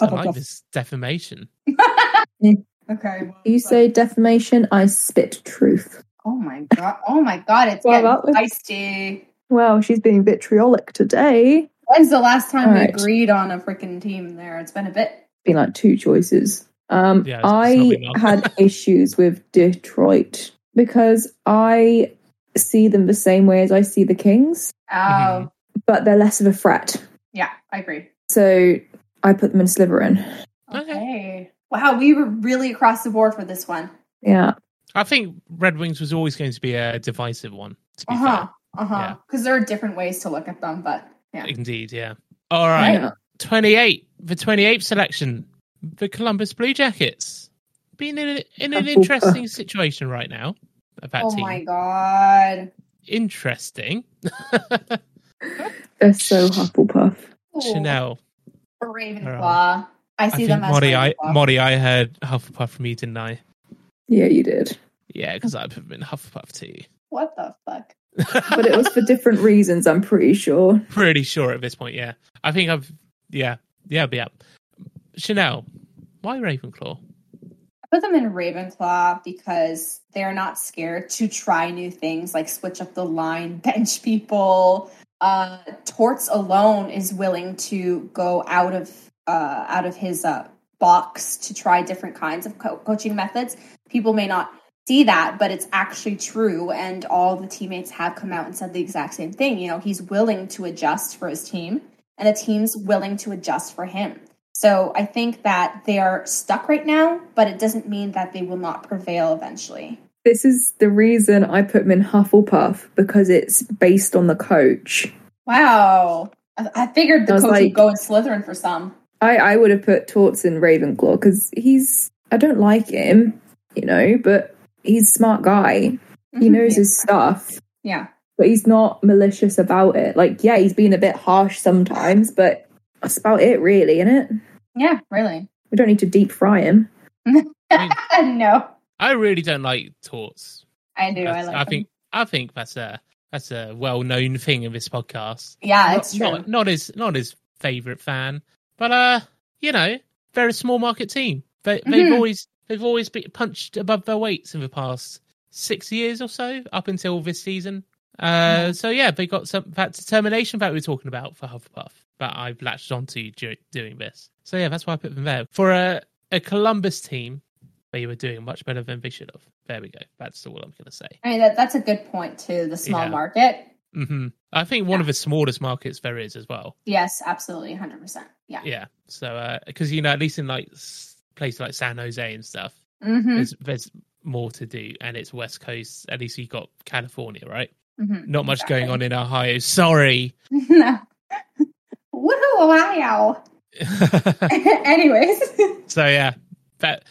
Speaker 2: I don't
Speaker 1: Oh,
Speaker 2: like this defamation.
Speaker 1: okay. well,
Speaker 3: you say defamation, I spit truth.
Speaker 1: Oh my god! Oh my god! It's
Speaker 3: Well,
Speaker 1: getting
Speaker 3: that was-
Speaker 1: feisty.
Speaker 3: Well, she's being vitriolic today.
Speaker 1: When's the last time we
Speaker 3: Alright.
Speaker 1: agreed on a freaking team? There, it's been a bit.
Speaker 3: Been like two choices. Um,
Speaker 2: Yeah, it's- it's not
Speaker 3: I
Speaker 2: been long.
Speaker 3: had issues with Detroit because I see them the same way as I see the Kings,
Speaker 1: Oh,
Speaker 2: Mhm.
Speaker 3: but they're less of a threat.
Speaker 1: yeah, I agree.
Speaker 3: So I put them in Slytherin.
Speaker 2: Okay.
Speaker 1: Okay. Wow, we were really across the board for this one.
Speaker 3: Yeah.
Speaker 2: I think Red Wings was always going to be a divisive one, to be
Speaker 1: Uh huh. Uh
Speaker 2: Yeah.
Speaker 1: huh. Because there are different ways to look at them, but yeah.
Speaker 2: fair. Indeed, yeah. All right.
Speaker 3: Yeah.
Speaker 2: 28. The 28th selection. The Columbus Blue Jackets. Being in, a, in an
Speaker 3: Hufflepuff.
Speaker 2: interesting situation right now. About
Speaker 1: Oh
Speaker 2: team.
Speaker 1: my god.
Speaker 2: Interesting.
Speaker 3: They're so Hufflepuff.
Speaker 1: Ooh,
Speaker 2: Chanel.
Speaker 1: Ravenclaw. Oh. I
Speaker 2: I
Speaker 1: see
Speaker 2: think
Speaker 1: them as
Speaker 2: Mori, I,
Speaker 1: Ravenclaw.
Speaker 2: Mori, I heard Hufflepuff from you, didn't I?
Speaker 3: Yeah, you did.
Speaker 2: Yeah, because I put been Hufflepuff too.
Speaker 1: what the fuck?
Speaker 3: But it was for different reasons, I'm pretty sure.
Speaker 2: pretty sure at this point. Yeah, I think I've yeah yeah yeah. Chanel, why Ravenclaw?
Speaker 1: put them in Ravenclaw because they're not scared to try new things, like switch up the line, bench people. Uh, Torts alone is willing to go out of uh, out of his uh, box to try different kinds of co- coaching methods. People may not see that, but it's actually true. And all the teammates have come out and said the exact same thing. You know, he's willing to adjust for his team, and the team's willing to adjust for him. So I think that they are stuck right now, but it doesn't mean that they will not prevail eventually.
Speaker 3: This is the reason I put them in Hufflepuff because it's based on the coach.
Speaker 1: Wow. I, I figured the
Speaker 3: I was
Speaker 1: coach
Speaker 3: like-
Speaker 1: would go in Slytherin for some.
Speaker 3: I, I would have put Torts in Ravenclaw because he's, I don't like him, you know, but he's a smart guy.
Speaker 1: Mm-hmm.
Speaker 3: He knows his stuff,
Speaker 1: Yeah.
Speaker 3: but he's not malicious about it. Like, yeah, he's been a bit harsh sometimes, but that's about it, really, innit?
Speaker 1: Yeah, really.
Speaker 3: We don't need to deep fry him.
Speaker 1: no.
Speaker 2: I really don't like torts.
Speaker 1: I do. I
Speaker 2: That's-
Speaker 1: like them.
Speaker 2: think I think that's a that's a well known thing in this podcast.
Speaker 1: Yeah,
Speaker 2: not,
Speaker 1: it's true.
Speaker 2: Not, not his not his favorite fan, but uh, you know, they're a small market team. They they've
Speaker 1: Mhm.
Speaker 2: always they've always been punched above their weights in the past six years or so, up until this season. Uh, so yeah, they got some that determination that we were talking about for Hufflepuff that I've latched onto dur- doing this. So yeah, that's why I put them there for a a Columbus team. they were doing much better than they should have. There we go. That's all I'm going to say.
Speaker 1: I mean, that, that's a good point too. The small
Speaker 2: Yeah.
Speaker 1: market.
Speaker 2: hmm I think one of the smallest markets there is as well.
Speaker 1: Yes, absolutely, hundred percent. Yeah.
Speaker 2: Yeah. So, because, you know, at least in like s- places like San Jose and stuff,
Speaker 1: Mm-hmm.
Speaker 2: there's, there's more to do. And it's West Coast. At least you got California, right?
Speaker 1: mm-hmm.
Speaker 2: Not much going on in Ohio. Sorry.
Speaker 1: no. Woohoo, Ohio. Anyways,
Speaker 2: So yeah, but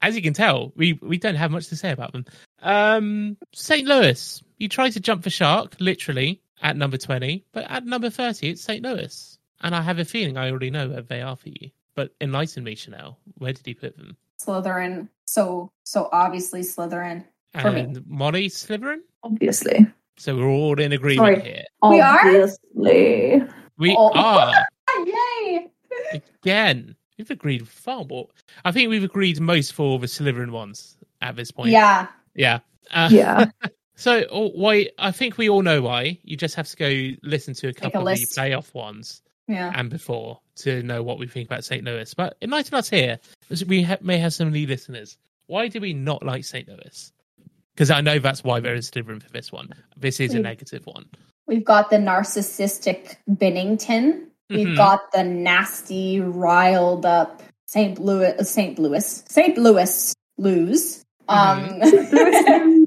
Speaker 2: as you can tell, we we don't have much to say about them. Um, St. Louis, you try to jump the shark, literally at number twenty, but at number thirty, it's St. Louis, and I have a feeling I already know where they are for you. But enlighten me, Chanel. Where did he put them?
Speaker 1: Slytherin. So so obviously Slytherin. For me.
Speaker 2: And Molly Sliverin.
Speaker 3: Obviously.
Speaker 2: So we're all in agreement
Speaker 3: Sorry.
Speaker 2: here.
Speaker 1: We are?
Speaker 3: Obviously.
Speaker 2: We
Speaker 1: Oh.
Speaker 2: are
Speaker 1: Ah, yay!
Speaker 2: again. We've agreed far more. I think we've agreed most for the Sliverin ones at this point.
Speaker 1: Yeah.
Speaker 2: Yeah. Uh,
Speaker 3: Yeah.
Speaker 2: So oh, why? I think we all know why. You just have to go listen to a couple of
Speaker 1: list.
Speaker 2: the playoff ones
Speaker 1: Yeah.
Speaker 2: and before to know what we think about St. Louis. But enlighten us here. as We ha- may have some new listeners. Why do we not like St. Louis? Because I know that's why there is different for this one. This is a
Speaker 1: Mm.
Speaker 2: negative one.
Speaker 1: We've got the narcissistic Bennington. We've
Speaker 2: Mhm.
Speaker 1: got the nasty, riled up St. Louis, uh, St. Louis, St. Louis lose.
Speaker 2: Mm-hmm.
Speaker 1: Um,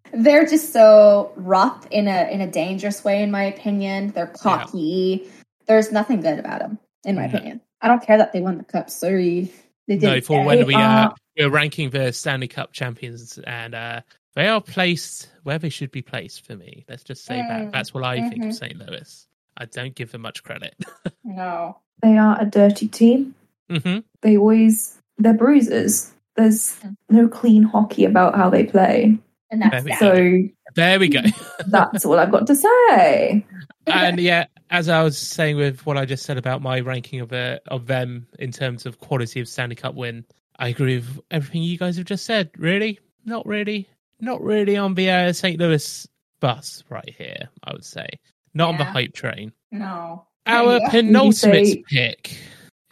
Speaker 1: they're just so rough in a in a dangerous way, in my opinion. They're cocky. There's nothing good about them, in my
Speaker 2: No.
Speaker 1: opinion. I don't care that they won the cup. Sorry, they didn't.
Speaker 2: Mm-hmm. No, for
Speaker 1: care.
Speaker 2: when we uh,
Speaker 1: Oh,
Speaker 3: are-
Speaker 2: we're ranking the Stanley Cup champions, and uh, they are placed where they should be placed for me. Let's just say
Speaker 1: Mm.
Speaker 2: that. That's what I think
Speaker 1: Mhm.
Speaker 2: of St. Louis. I don't give them much credit.
Speaker 1: no,
Speaker 3: They are a dirty team.
Speaker 2: hmm
Speaker 3: They always, they're bruisers. There's no clean hockey about how they play.
Speaker 1: and that's
Speaker 2: Very
Speaker 1: that.
Speaker 3: So
Speaker 2: There we go.
Speaker 3: that's all I've got to say.
Speaker 2: and yeah, as I was saying with what I just said about my ranking of uh, of them in terms of quality of Stanley Cup win, I agree with everything you guys have just said. Really, not really, not really on the uh, St. Louis bus right here. I would say not on the
Speaker 1: Yeah.
Speaker 2: hype train.
Speaker 1: no.
Speaker 2: Our
Speaker 1: Yeah.
Speaker 2: penultimate
Speaker 3: say-
Speaker 2: pick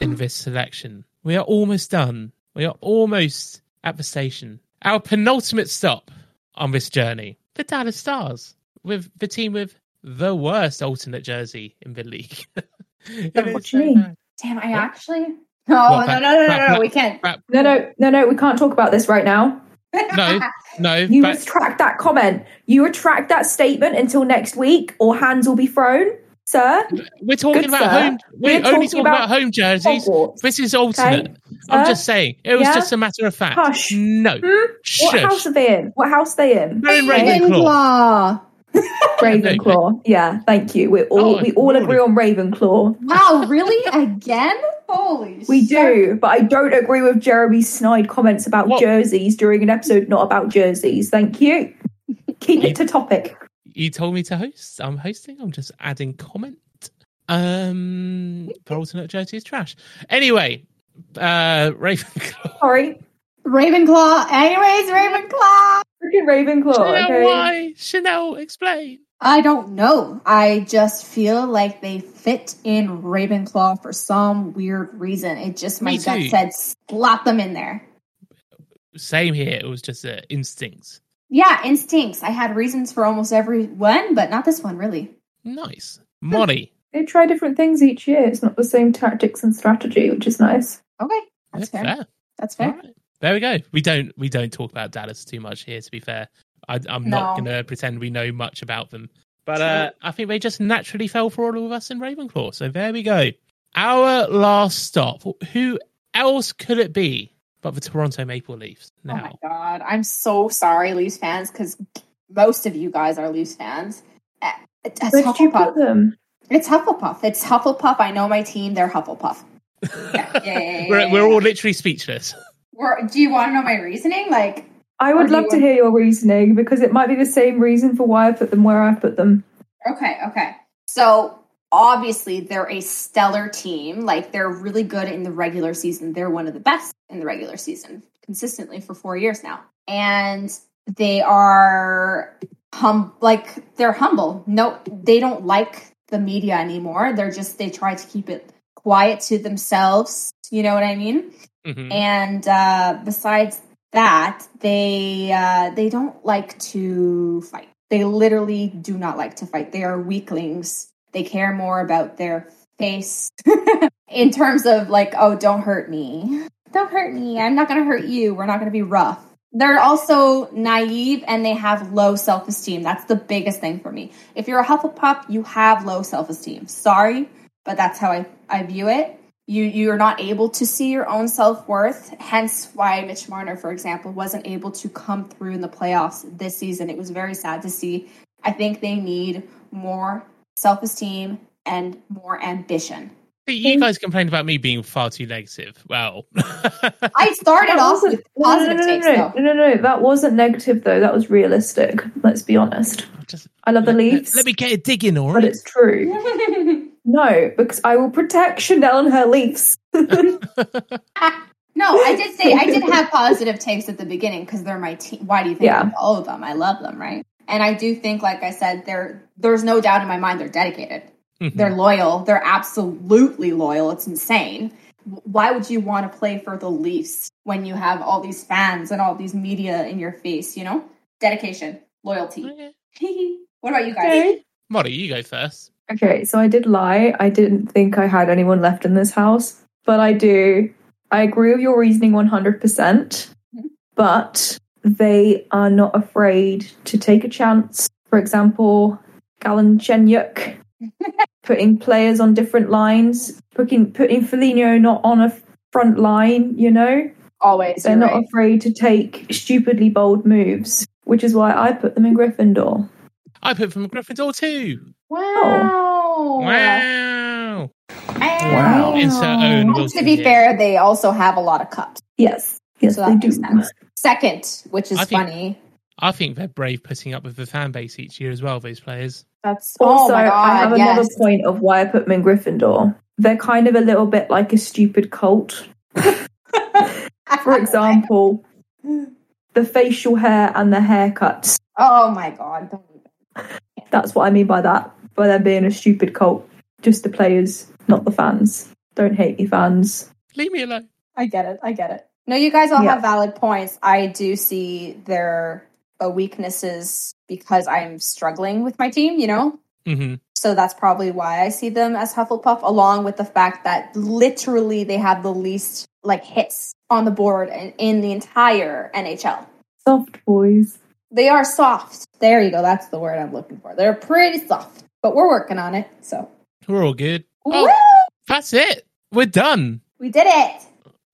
Speaker 2: in this selection. We are almost done. We are almost at the station. Our penultimate stop on this journey. The Dallas Stars. With the team with the worst alternate jersey in the league. It
Speaker 3: Then
Speaker 2: is
Speaker 3: what
Speaker 2: so
Speaker 3: you mean?
Speaker 2: bad.
Speaker 1: Damn, I
Speaker 2: What?
Speaker 1: actually. No,
Speaker 2: What,
Speaker 1: no,
Speaker 2: back-
Speaker 1: no, no, no,
Speaker 2: back-
Speaker 1: no,
Speaker 2: back-
Speaker 1: We can't.
Speaker 3: No, no, no, no. We can't talk about this right now.
Speaker 2: No, no,
Speaker 3: You
Speaker 2: but
Speaker 3: retract that comment. You retract that statement until next week, or hands will be thrown, sir.
Speaker 2: we're talking
Speaker 3: Good,
Speaker 2: about
Speaker 3: sir.
Speaker 2: home. We're,
Speaker 3: We're
Speaker 2: only
Speaker 3: talking
Speaker 2: talking about,
Speaker 3: about
Speaker 2: home jerseys.
Speaker 3: Hogwarts.
Speaker 2: This is alternate. I'm
Speaker 3: Sir?
Speaker 2: just saying. It was
Speaker 3: Yeah?
Speaker 2: just a matter of fact.
Speaker 3: Hush.
Speaker 2: No.
Speaker 3: Hmm? What
Speaker 2: Shush.
Speaker 3: house are they in? What house are they in?
Speaker 2: They're in Ravenclaw.
Speaker 1: Ravenclaw.
Speaker 3: Ravenclaw. Yeah, thank you. We're all
Speaker 2: Oh,
Speaker 3: we all
Speaker 2: really?
Speaker 3: agree on Ravenclaw.
Speaker 1: Wow, really? Again? Holy
Speaker 3: We
Speaker 1: shit.
Speaker 3: do, but I don't agree with Jeremy's snide comments about
Speaker 2: What?
Speaker 3: jerseys during an episode not about jerseys. Thank you. Keep it to topic.
Speaker 2: you told me to host. I'm hosting. I'm just adding comment. Um, the alternate jersey is trash. Anyway, uh, Ravenclaw.
Speaker 3: Sorry.
Speaker 1: Ravenclaw. Anyways, Ravenclaw.
Speaker 3: Freaking
Speaker 1: Oh,
Speaker 3: Ravenclaw.
Speaker 2: Chanel,
Speaker 3: Okay.
Speaker 2: why? Chanel, explain.
Speaker 1: I don't know. I just feel like they fit in Ravenclaw for some weird reason. It just my
Speaker 2: Me
Speaker 1: gut
Speaker 2: too.
Speaker 1: said slap them in there.
Speaker 2: Same here. It was just an instinct.
Speaker 1: Yeah, instincts. I had reasons for almost every one, but not this one really.
Speaker 2: Nice,
Speaker 1: Hmm,
Speaker 2: Molly.
Speaker 3: They try different things each year. It's not the same tactics and strategy, which is nice.
Speaker 1: Okay. That's
Speaker 2: Yeah,
Speaker 1: fair. That's fair.
Speaker 2: All right. There we go. We don't we don't talk about Dallas too much here. To be fair, I, I'm not
Speaker 1: No.
Speaker 2: gonna pretend we know much about them. But
Speaker 1: True.
Speaker 2: uh, I think they just naturally fell for all of us in Ravenclaw. So there we go. Our last stop. Who else could it be but the Toronto Maple Leafs?
Speaker 1: Oh my
Speaker 2: Now,
Speaker 1: god, I'm so sorry, Leafs fans, because most of you guys are Leafs fans. Eh, It's
Speaker 3: Where did you put
Speaker 1: Hufflepuff.
Speaker 3: them?
Speaker 1: It's Hufflepuff. It's Hufflepuff. I know my team. They're Hufflepuff. Yeah, yeah, yeah,
Speaker 2: we're,
Speaker 1: yeah,
Speaker 2: we're
Speaker 1: yeah.
Speaker 2: all literally speechless.
Speaker 1: We're, do you want to know my reasoning? Like,
Speaker 3: I
Speaker 1: Or
Speaker 3: would
Speaker 1: do
Speaker 3: love
Speaker 1: you
Speaker 3: to
Speaker 1: want-
Speaker 3: hear your reasoning because it might be the same reason for why I put them where I put them.
Speaker 1: okay, okay. So obviously they're a stellar team. Like they're really good in the regular season. They're one of the best in the regular season consistently for four years now, and they are hum like they're humble. No, they don't like the media anymore. They're just they try to keep it quiet to themselves. You know what I mean?
Speaker 2: Mhm.
Speaker 1: and uh, besides that, they uh, they don't like to fight. They literally do not like to fight. They are weaklings. They care more about their face in terms of like, oh, don't hurt me, don't hurt me. I'm not going to hurt you. We're not going to be rough. They're also naive and they have low self esteem. That's the biggest thing for me. If you're a Hufflepuff, you have low self esteem. Sorry, but that's how I, I view it you you're not able to see your own self-worth hence why mitch marner for example wasn't able to come through in the playoffs this season it was very sad to see i think they need more self-esteem and more ambition
Speaker 2: You guys complained about me being far too negative. Well,
Speaker 1: i started
Speaker 3: That
Speaker 1: off
Speaker 3: wasn't-
Speaker 1: with positive
Speaker 3: no, no, no,
Speaker 1: takes
Speaker 3: no, no,
Speaker 1: though
Speaker 3: no, no, no, That wasn't negative though. That was realistic. Let's be honest.
Speaker 2: just
Speaker 3: I love the
Speaker 2: let- let-
Speaker 3: Leafs,
Speaker 2: Let, me get a dig in, all
Speaker 3: but
Speaker 2: right?
Speaker 3: it's true. No, because I will protect Chanel and her Leafs.
Speaker 1: no i did say i did have positive takes at the beginning because they're my team why do you think
Speaker 3: Yeah.
Speaker 1: i follow them i love them right and i do think like i said there there's no doubt in my mind they're dedicated
Speaker 2: Mhm.
Speaker 1: They're loyal. They're absolutely loyal. It's insane. W- Why would you want to play for the Leafs when you have all these fans and all these media in your face? You know, dedication, loyalty.
Speaker 2: Okay.
Speaker 3: Mm.
Speaker 1: what about you guys?
Speaker 2: Oh, Molly, you go first.
Speaker 3: Okay, so I did lie. I didn't think I had anyone left in this house, but I do. I agree with your reasoning 100%,
Speaker 1: Mm-hmm.
Speaker 3: but they are not afraid to take a chance. For example, Galen Chenyuk putting players on different lines, putting, putting Foligno not on a front line, you know?
Speaker 1: Always.
Speaker 3: They're not afraid to take stupidly bold moves, which is why I put them in Gryffindor.
Speaker 2: I put from Gryffindor too.
Speaker 1: Wow.
Speaker 2: Wow.
Speaker 1: Wow.
Speaker 2: Insert own Wilson
Speaker 1: To be
Speaker 2: here.
Speaker 1: fair, they also have a lot of cups,
Speaker 3: Yes. Yes,
Speaker 1: so
Speaker 3: they
Speaker 1: that
Speaker 3: do.
Speaker 1: makes sense. Second, which is
Speaker 2: I think-
Speaker 1: funny.
Speaker 2: I think they're brave putting up with the fan base each year as well, these players.
Speaker 1: That's
Speaker 3: Also,
Speaker 1: oh my god.
Speaker 3: I have
Speaker 1: yes.
Speaker 3: another point of why I put them in Gryffindor. They're kind of a little bit like a stupid cult. For example, the facial hair and the haircuts.
Speaker 1: oh my god. Don't even.
Speaker 3: That's what I mean by that, by them being a stupid cult. Just the players, not the fans. Don't hate me, fans.
Speaker 2: Leave me alone.
Speaker 1: I get it. I get it. No, you guys all
Speaker 3: Yeah.
Speaker 1: have valid points. I do see their uh, weaknesses because I'm struggling with my team, you know?
Speaker 2: hmm
Speaker 1: So that's probably why I see them as Hufflepuff, along with the fact that literally they have the least like hits on the board in, in the entire NHL.
Speaker 3: Soft boys.
Speaker 1: They are soft. There you go. That's the word I'm looking for. They're pretty soft, but we're working on it. So
Speaker 2: We're all good.
Speaker 1: Woo!
Speaker 2: Oh, that's it. We're done.
Speaker 1: we did it.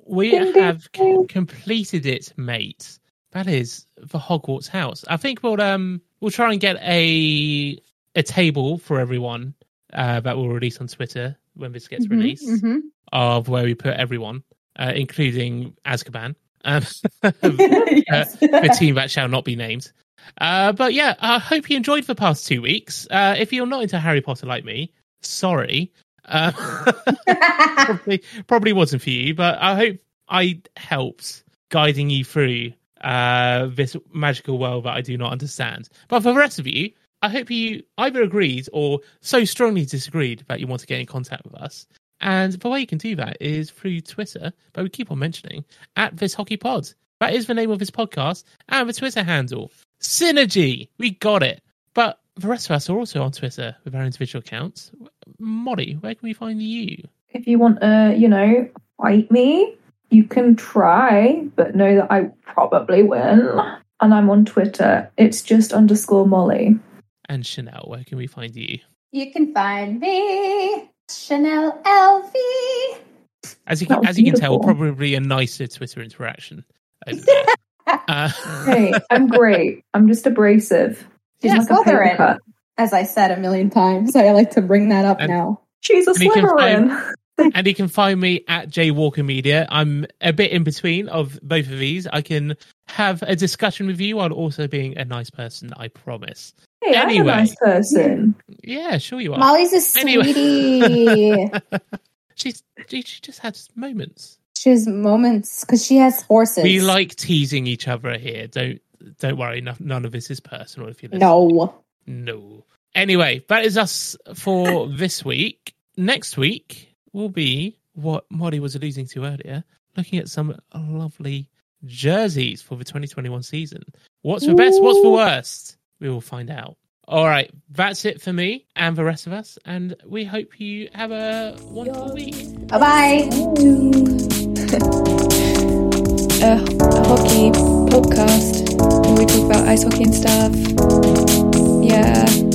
Speaker 2: We
Speaker 3: Ding, ding,
Speaker 2: have c-
Speaker 3: ding.
Speaker 2: completed it, mate. That is the Hogwarts house. I think we'll um we'll try and get a a table for everyone uh, that we'll release on Twitter when this gets
Speaker 1: Mhm,
Speaker 2: released
Speaker 1: mhm.
Speaker 2: of where we put everyone, uh, including Azkaban. Um,
Speaker 1: Yes.
Speaker 2: the team that shall not be named. Uh, but yeah, I hope you enjoyed the past two weeks. Uh, if you're not into Harry Potter like me, sorry. Uh, probably, probably wasn't for you, but I hope I helped guiding you through uh, this magical world that I do not understand. But for the rest of you, I hope you either agreed or so strongly disagreed that you want to get in contact with us. And the way you can do that is through Twitter, but we keep on mentioning at this hockey pod. That is the name of his podcast and the Twitter handle. Synergy. We got it. But the rest of us are also on Twitter with our individual accounts. Molly, where can we find you?
Speaker 3: If you want to, you know, fight me, you can try, but know that I probably win. And I'm on Twitter. It's just underscore Molly.
Speaker 2: And Chanel, where can we find you?
Speaker 1: You can find me, Chanel LV.
Speaker 2: As you
Speaker 3: That
Speaker 2: can,
Speaker 3: was
Speaker 2: as you can tell,
Speaker 3: beautiful.
Speaker 2: probably a nicer Twitter interaction. Over there. Uh,
Speaker 3: Hey, I'm great. I'm just abrasive. She's
Speaker 1: Yeah,
Speaker 3: like a paper
Speaker 1: Slytherin.
Speaker 3: cut.
Speaker 1: As I said a million times, I like to bring that up
Speaker 2: And-
Speaker 1: now.
Speaker 3: She's a
Speaker 2: And you can
Speaker 3: Slytherin.
Speaker 2: and you can find me at Jay Walker Media. I'm a bit in between of both of these. I can have a discussion with you while also being a nice person, I promise.
Speaker 3: Hey,
Speaker 2: Anyway.
Speaker 3: I'm a nice person.
Speaker 2: Yeah, sure you are.
Speaker 1: Molly's a
Speaker 2: Anyway.
Speaker 1: sweetie.
Speaker 2: She's she she just has moments.
Speaker 1: she has moments because she has horses.
Speaker 2: We like teasing each other here. Don't don't worry. No, none of this is personal. If you listen.
Speaker 1: no.
Speaker 2: no. Anyway, that is us for this week. Next week will be what Molly was alluding to earlier. looking at some lovely jerseys for the 2021 season. What's for best? What's for worst? We will find out. All right, that's it for me and the rest of us, and we hope you have a wonderful week.
Speaker 1: Bye bye.
Speaker 4: a hockey podcast where we talk about ice hockey and stuff. Yeah.